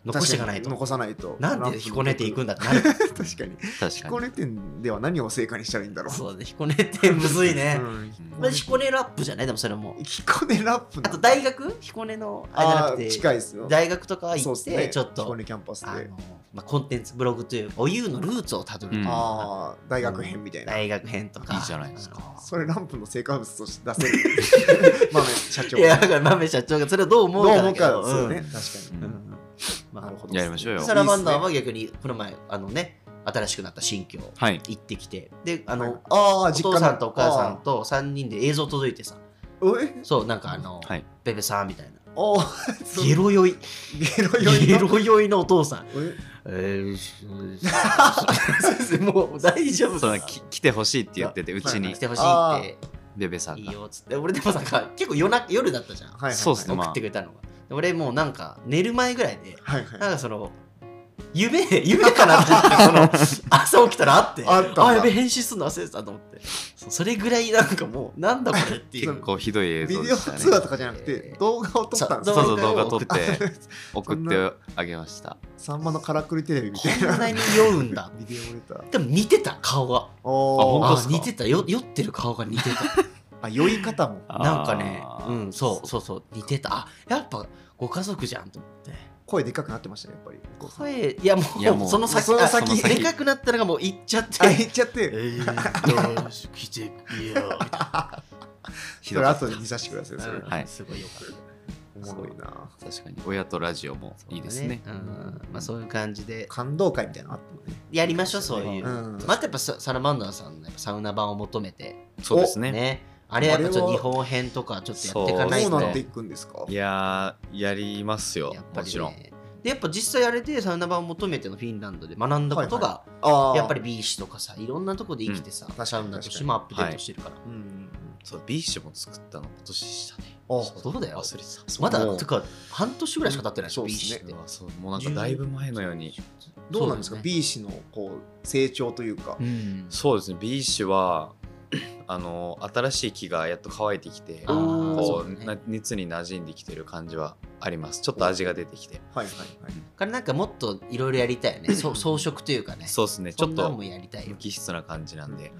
残していかないと残さないとなんで彦根ていくんだだってなる確かに確か彦に。根店では何を成果にしたらいいんだろうそうね彦根ってむずいね、うんまあ彦根ラップじゃないでもそれも彦根ラップあと大学彦根のあれじゃなあくてー近いですよ大学とか行そうっすて、ねちょっと彦根キャンパスあので、まあ、コンテンツブログというかおゆうのルーツをたどるというか、ああ大学編みたいな、大学編とかいいじゃないですかそれランプの成果物として出せる まあね社長いやだから豆社長がそれをどうど思ううかだ思うけどかですよね、うん確かに、うんまあなるほどやりましょうよサラマンダーいいっは逆にこの前あのね新しくなった新居はい。行ってきてであすねの、あおあ実父家さんとお母さんと3人で映像届いてさとえそうなんかあの、はいベベさんみたいなおーそうゲロ酔いゲロ酔いゲのロ酔いのお父さんええーし もう大丈夫そのさき来てほしいって言ってて、うちはいに来てほしいってベベさんいいが。よっつって俺でもなんか結構夜な夜だったじゃん、はいはいはいそうっすねまあ送ってくれたのがで俺もうなんか寝る前ぐらいではいはいなんかその夢夢かなってその朝起きたらあってあったんだやべ返信するの忘れてたと思ってそうそれぐらいなんかもうなんだこれっていう結構ひどい映ビ像デでオしたね。通話とかじゃなくて動画を撮ったんですそようそう動画撮っ動画て送ってあげました。さんまのからくりテレビみこたいなんなに酔うんだビデオレターでも似てた顔が おー本当あっすか似てたよ酔ってる顔が似てたあ酔い方もなんかねあーうんそうそうそう似てたあやっぱご家族じゃんと思って声でかくなってましたねやっぱりお父さん声いやもういやもうその先その先あでかくなったのがもう行っちゃってあ言っちゃっえてー、どうし来てよひそどれかった後で見させてくださいそれ はいすごいよかったおもろいな確かに親とラジオもいいですね。うんまあ、そういう感じで感動会みたいなのあったもんねやりましょうそういう、うんまたやっぱササラマンダーさんのやっぱサウナ版を求めてそうですねね。あれやっぱちょっと日本編とかちょっとやっていかないどそとうですねなっていくんですかいやーやりますよやっぱり、ね、もちろん。でやっぱ実際あれでサウナ版を求めてのフィンランドで学んだことが、あーやっぱりビーチとかさいろんなとこで生きてさ、うんサウナとしてもアップデートしてるから、うんうんうんそうビーチも作ったの今年でしたね。あそうだよ忘れてた。まもだうてか半年ぐらいしか経ってないでしょ、そうっビーすチねっうてわそうもうなんかだいぶ前のように。どうなんですか、そうだね B 氏のこう成長というか、うんそうですね。ビーチは あの新しい木がやっと乾いてきて、あーそこううだなね熱に馴染んできてる感じはあります。ちょっと味が出てきて。はいはいはいからなんかもっといろいろやりたいよ ねそう装飾というかねそうですね。ちそょんっなとんもやりたいよ無機質な感じなんで、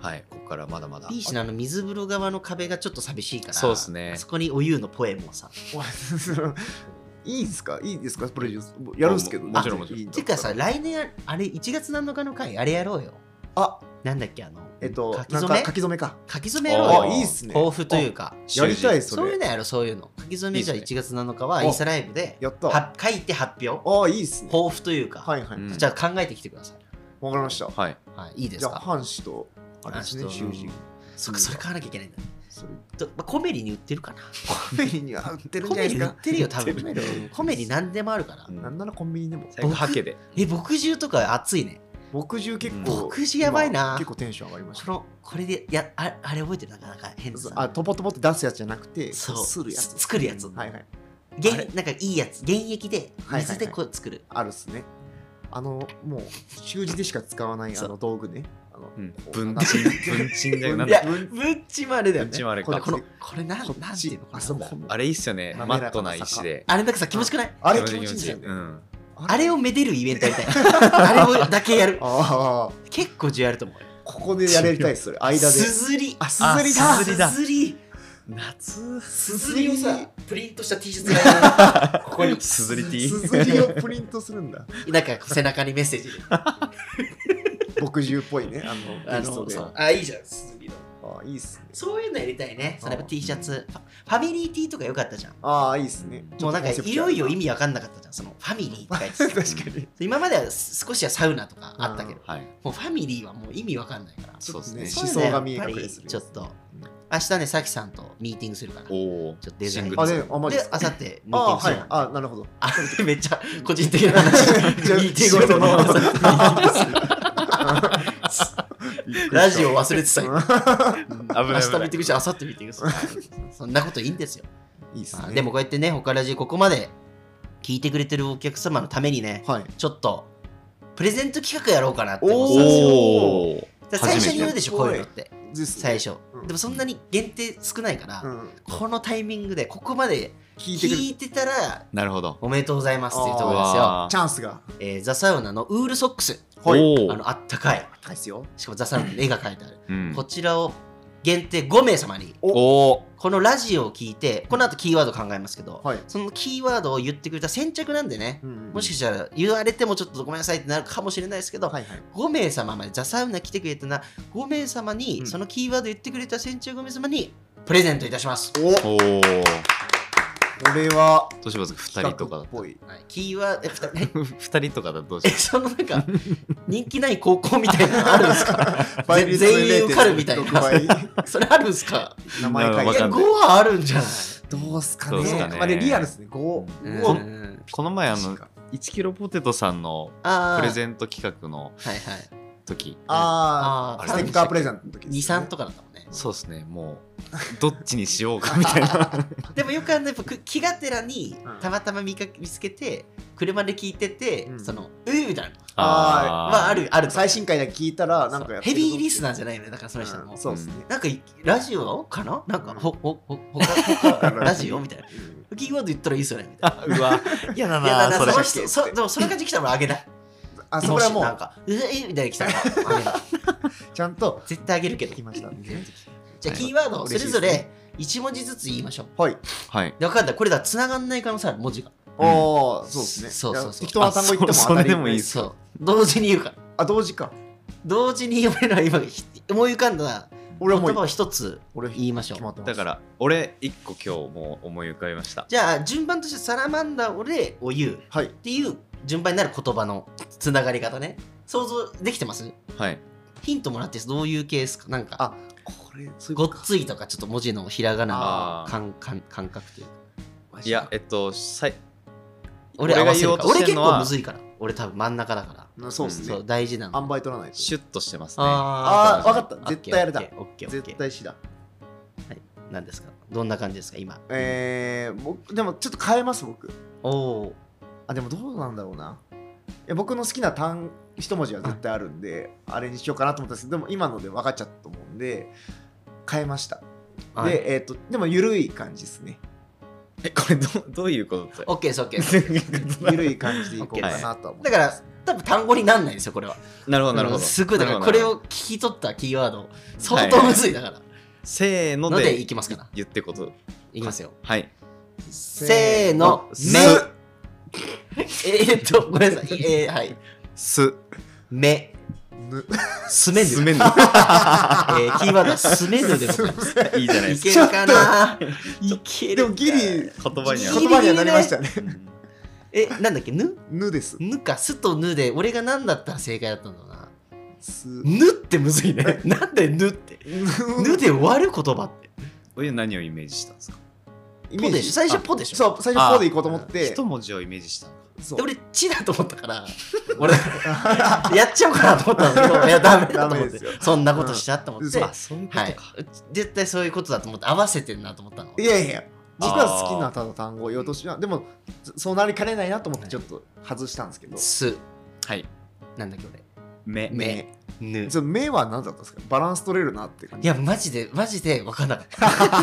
はい、ここからまだまだ。ビーチのあの水風呂側の壁がちょっと寂しいからそうっすねあそこにお湯のポエムをさおいその いいですかいいですかプロデュースやるんすけどももちろんもちろんいいだったてかさ来年ああれ1月7日の回あれやろうよあなんだっけあのえっと書きな初んかめ書き初めか書き初めやろあうよいいっすね抱負というかやりたいそそういれうのやろそういうの書き初めじゃあいいっす1月7日はインスタライブでやったは書いて発表あいいっすね抱負というか、はいはいうんじゃあ考えてきてください、わかりましたはい。はい、いいでじすゃあか半紙とあれですね半紙囚と人そっかそれ買わなきゃいけないんだそれとまあ、コメリに売ってるかなコメリには売ってるんコじゃなメいリです売っかてるよ多分売ってるコメリ何でもあるから、うんなんならコンビニでも最後ハケで。え牧汁とか熱いね牧汁結構牧汁やばいな今結構テンション上がりましこたのこれでやああれ覚えてるなかなか変なさあトポトポって出すやつじゃなくてそうするやつす作るやつはいはい原あれなんかいいやつ原液ではいはいはい水でこう作る、あるっすねあのもう習字でしか使わないあその道具ねあのうんこう文鎮文鎮じゃなくいてやぶっちもあれだ文鎮はあれこかこのこれなんこなんっていちうのかあそなこなんだあれいいっすよねマ滑らッかトなな坂石であれなんかさ気持ちくないあれ気気持持ちちいいいいんだうよねんあれをめでるイベントやりたい あれをだけやるああ結構重要あると思うよここでやれたいっすそれ間ですずりあすずりだすずりだすずり夏すずりをさプリントした T シャツがここにすずり T すずりをプリントするんだ なんか背中にメッセージで墨汁っぽいねあのあテイストのでそうあいいじゃんすずりのああいいっすねそういうのやりたいね。それやっうぱん T シャツ。ファファミリー T とか良かったじゃん。ああいいっすねもうなんかいよいよ意味味わかんなかったじゃん。そのファミリーって書いて た。確かに今まではす少しはサウナとかあったけど、はいもうファミリーはもう意味わかんないから。そうですねねそういうの思想が見えやっぱ隠れりするちょっとうん明日ね、さきさんとミーティングするから。おおちょっとデザインあであマジでで、あさってミーティンあグすはるいあなるほどあめっちゃ個人的な 話。ミーティングの仕事 ラジオ忘れてたよ。ない危ない明日ミーティングして、明後日ミーティングする。そんなこといいんですよ。いいっすまあねでもこうやってね、ほかラジここまで聞いてくれてるお客様のためにね、はいちょっとプレゼント企画やろうかなって思ってたんですよ。おおだから最初に言うでしょ、こ初うめいうてのって。ですね最初う。んでもそんなに限定少ないから、うんこのタイミングで、ここまで聞いてくれ聞るいてたらなるほど。おめでとうございますっていうところですよ、あチャンスがえーザ・サウナのウールソックスおあーのあったかい高いですよしかもザ・サウナの絵が描いてあるうんこちらを限定5名様におーこのラジオを聞いてこの後キーワード考えますけど、はい、そのキーワードを言ってくれた先着なんでね、うんもしかしたら言われてもちょっとごめんなさいってなるかもしれないですけど、はいはい5名様までザ・サウナ来てくれたな5名様うにんそのキーワード言ってくれた先着5名様にプレゼントいたします、おこおーれはどうします二企画人とかだっぽいはい、キーワードえふたえ 二人とかだとどう しえますそのなんか人気ない高校みたいなのあるんですか倍率の全員受かるみたいな0.6 倍それあるんですか 名前書いいてなやん5ではあるんじゃないどうすかどうねすまかあねねリアルですね五うん五この前あ確のか1キロポテトさんのああプレゼント企画のはいはい時あああーステッカープレゼントの時ですね23とかだったもんねそうですねもうどっちにしようかみたいなでもよくあのやっぱく気がてらにうんたまたま見か見つけて車で聞いてて、うんその「うー」みたいなのあはあるあると最新回だけ聞いたらなんかやってヘるぞビーリスナーじゃないよねだからその人うも、んそうですねなんかいラジオかななんかうんほほほほかほ かラジオみたいなうんキーワード言ったらいいですよねみたいあ うわ嫌だないやだそかられその人そでもその感じ来たら俺あげないあそこらしもなんうか「うえー」みたいに来たらあげ ないちゃんと絶対あげるけど聞きましたねじゃあキーワードをそれぞ嬉しいれ1文字ずつ言いましょうはいはいで分かんないこれだ繋がんない可能性ある文字がおおそうですねそうそうそういや適当な単語言ってもあそう当たりそれでもいいっすそう同時に言うからあ同時か同時に俺ら今ひ思い浮かんだ俺はも言葉うを一つ俺言いましょ決まうってますだから俺一個今日もう思い浮かびましたじゃあ順番としてサラマンダー俺を言うっはいていう順番になる言葉のつながり方ね想像できてますはいヒントもらっていいですどういうケースかなんかあこれそういうごこっとかついとかちょっと文字のひらがなのあー感感感覚というかいやえっとさい俺合わせるから俺俺が結言おうとしてんのは構むずいから俺多分真ん中だからなそうですそねう大事なの塩梅取らないとシュッとしてますねああーわかった絶対あれだオッケーオッケ絶ー対しだ何ですかどんな感じですか今えー僕でもちょっと変えます僕おおあでもどうなんだろうないや僕の好きな単一文字は絶対あるんで、あれにしようかなと思ったんですけどでも今ので分かっちゃったと思うんで変えました、ーはいでえっ、とでも緩い感じですねえこれどうどういうことですオッケーですオッケーです か緩い感じでいこうかなとは思っ だてかますら多分単語になんないんですよこれはなるほどなるほどすごいだからなこるれほどを聞き取ったキーワード相当むずいだからせーののででいきますから言ってこといきますよはいせーのす目えーっとごめんなさ いえーはいす目ぬすめぬすめぬえーキーワードはすめぬでござ い ます いいじゃないでいすけるかないけでるもギリか言葉にギはリ言葉にはなりましたねうんえなんだっけぬぬですぬかすとぬで俺が何だったら正解だったんだろうなすぬってむずい ねなんでぬってぬで終わる言葉ってお湯何をイメージしたんですかイポでしょ最初あポでしょそう最初ポでいこうと思って一文字をイメージしたのかそうで俺「ち」だと思ったから 俺やっちゃおうかなと思ったんだけどいやダメだと思っダメですてよそんなことしちゃって思うっんて、そうはあそういうい、絶対そういうことだと思って合わせてんなと思ったのいやいや実は好きなただ単語を言おうとしてはでもそそうなりかねないなと思ってちょっと外したんですけどすはいなんだっけ俺目目目ぬその目は何だったんですかバランス取れるなって感いじやマジでマジで分かんなか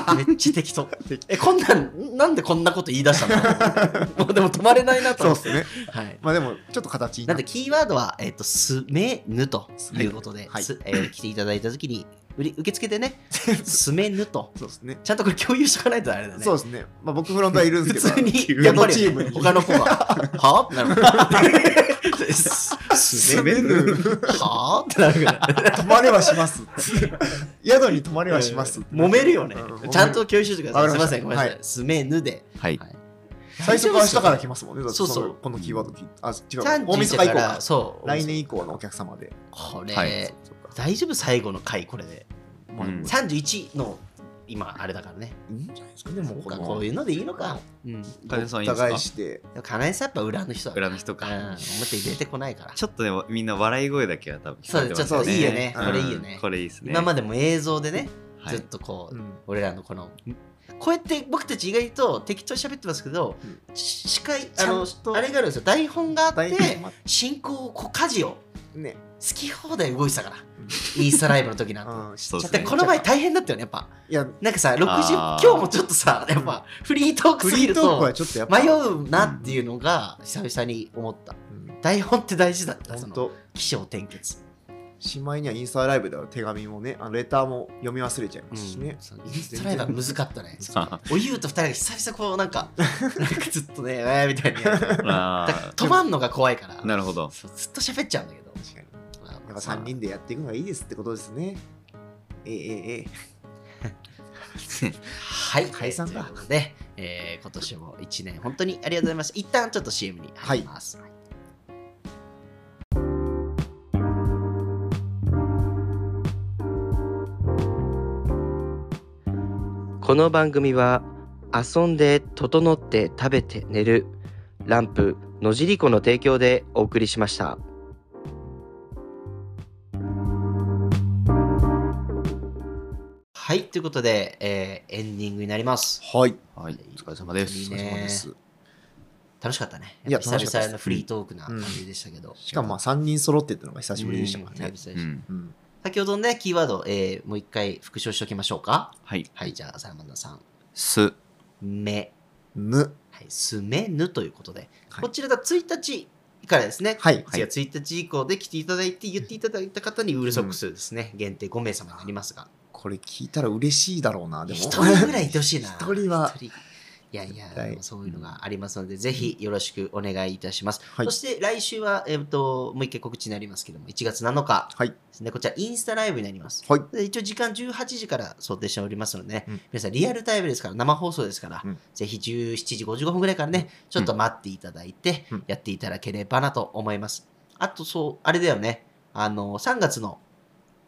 った めっちゃ適当えこんなんなんでこんなこと言い出したの もうでも止まれないなとそう思でってすねはいまあでもちょっと形にななんっでてキーワードは、えっとすめぬということで、はいすえー来ていただいた時に売り受付で ねすめぬとそうですねちゃんとこれ共有しとかないとあれだねそうですねまあ僕フロントはいるんですけど普通にややっっぱぱりりチームに他の子 が「はあ?」ってなるからすすめ目ぬ はあってなるから泊まれはします宿に泊まれはします揉めるよねうん揉めるちゃんと共有しててくださいわすかいりまませんごめんしたなさはいすめぬではい最初から明日から来ますもんねだってそうそうのこのキーワード聞いあ違ちゃうん大晦日以降かそう来年以降のお客様でこはれいそうか大丈夫最後の回これでまあうん31の今あれだからねいいんじゃないですかねもうここのういうのでいいのかうんカネさんいいおです互いかしてかなえさんやっぱ裏の人だから裏の人うんか表に出てこないからちょっとねみんな笑い声だけは多分聞こえてますそうちょっといいよねうんこれいいよねこれいいですね今までも映像でねはいずっとこううん俺らのこのこうやって僕たち意外と適当に喋ってますけど、し司会あのちゃんとあれがあるんですよ台本があっ大て変ま進行をこう舵をねき放題動いてたからインスタライブの時なんかうん、しそうですでねこの前大変だったよねやっぱいやなんかさ60今あー日もちょっとさやっぱフリートークフすぎリるートークとはちょっとやっぱ迷うなっていうのが久々に思ったうん台本って大事だったそ本の当起承転結しまいにはインスタライブでは手紙もねあのレターも読み忘れちゃいますしね、そうインスタライブは難かった ねあおゆうと二人が久々こうなんかなんかずっとねえーみたいにだ かあら止まんのが怖いからーなるほどそうずっと喋っちゃうんだけど確かにまあまあやっぱ3人でやっていくのがいいですってことですねえええええはい解散だえーということで、えー今年も1年本当にありがとうございました一旦ちょっと CM に入ります、この番組は遊んで整って食べて寝るランプ野尻湖の提供でお送りしました。はいということで、えーエンディングになりますえはいはいお疲れ様ですいいお疲れ様です楽しかったねいややっぱ楽しか久ったです々のフリートークな感じでしたけど、しかもまあ3人揃ってってのが久しぶりでしたからね久う々でしたんうん先ほどのねキーワード、えーもう一回復唱しておきましょうかはいはいじゃあサラマンダーさんす目ぬはい、すめぬということで、はいこちらが1日からですね、はい1月1日以降で来ていただいて、言っていただいた方にウールソックスですね、限定5名様になりますが、これ聞いたら嬉しいだろうなでも1人ぐらいいてほしいな。一人は一人いやいや絶、対でもそういうのがありますので、ぜひよろしくお願いいたします。はいそして来週は、えっ、と、もう一回告知になりますけども、1月7日はいですね、こちらインスタライブになります。はいで一応時間18時から想定しておりますのでね、うん皆さんリアルタイムですから生放送ですから、うんぜひ17時55分ぐらいからねちょっと待っていただいてうんやっていただければなと思います、あとそうあれだよねあの3月の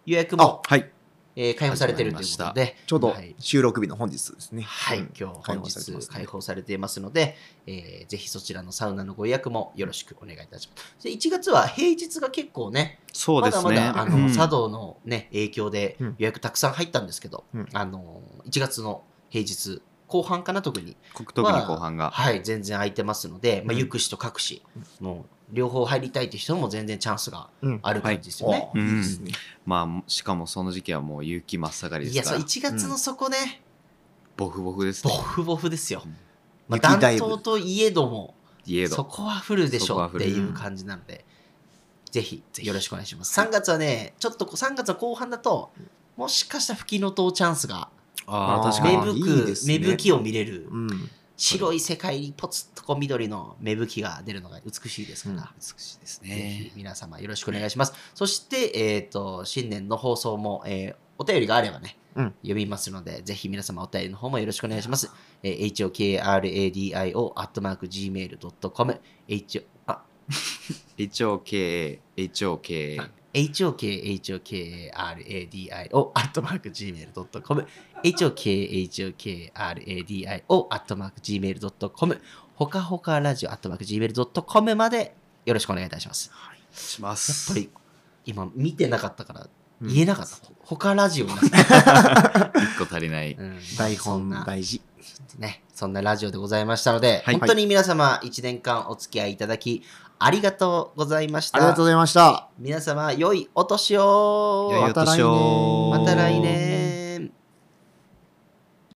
予約も、はいえー開放されてるということでちょうどはい、収録日の本日ですねはいうん今日開本放されてま日すね開放されていますので、えーぜひそちらのサウナのご予約もよろしくお願いいたしますで1月は平日が結構ねそうですねまだまだあの、うん茶道の、ね、影響でうん予約たくさん入ったんですけど、うんあの1月の平日後半かな特に、特特に後半がはい、全然空いてますので、まあ、うんゆくしと各し、もう両方入りたいって人も全然チャンスがうんある感じですよね。おうんいいですねまあしかもその時期はもう勇気真っ盛りいでやすかそうら1月のそこね、ボフボフですボねフボフですよ。まあ、雪暖ダイブ冬といえども、いえそどこは降るでしそょこうはっ降てるいう感じなので、ぜひよろしくお願いします。3月はね、ちょっとこう3月の後半だと、もしかしたら吹きの塔チャンスがあああー確か芽にあー吹いいでく、すね芽吹きを見れる、うん白い世界にポツッとこう緑の芽吹きが出るのが美しいですから、美しいですぜひね皆様よろしくお願いします。そして、えっ、と、新年の放送も、えーお便りがあればね、うん読みますので、ぜひ皆様お便りの方もよろしくお願いします。えー、hokradio.gmail.com、h o HOKA HOKA あ hokhokradio.gmail.com hokhokradio.gmail.com ほかほかラジオ .gmail.com までよろしくお願いいたします。しまやっぱすり今見てなかったからうん言えなかった。ほかラジオになった、一個足りないうん台そん本な大事ね、そんなラジオでございましたので、はい本当に皆様1年間お付き合いいただきありがとうございましありがた。とうございました皆様良いお年を良いお年をまた来年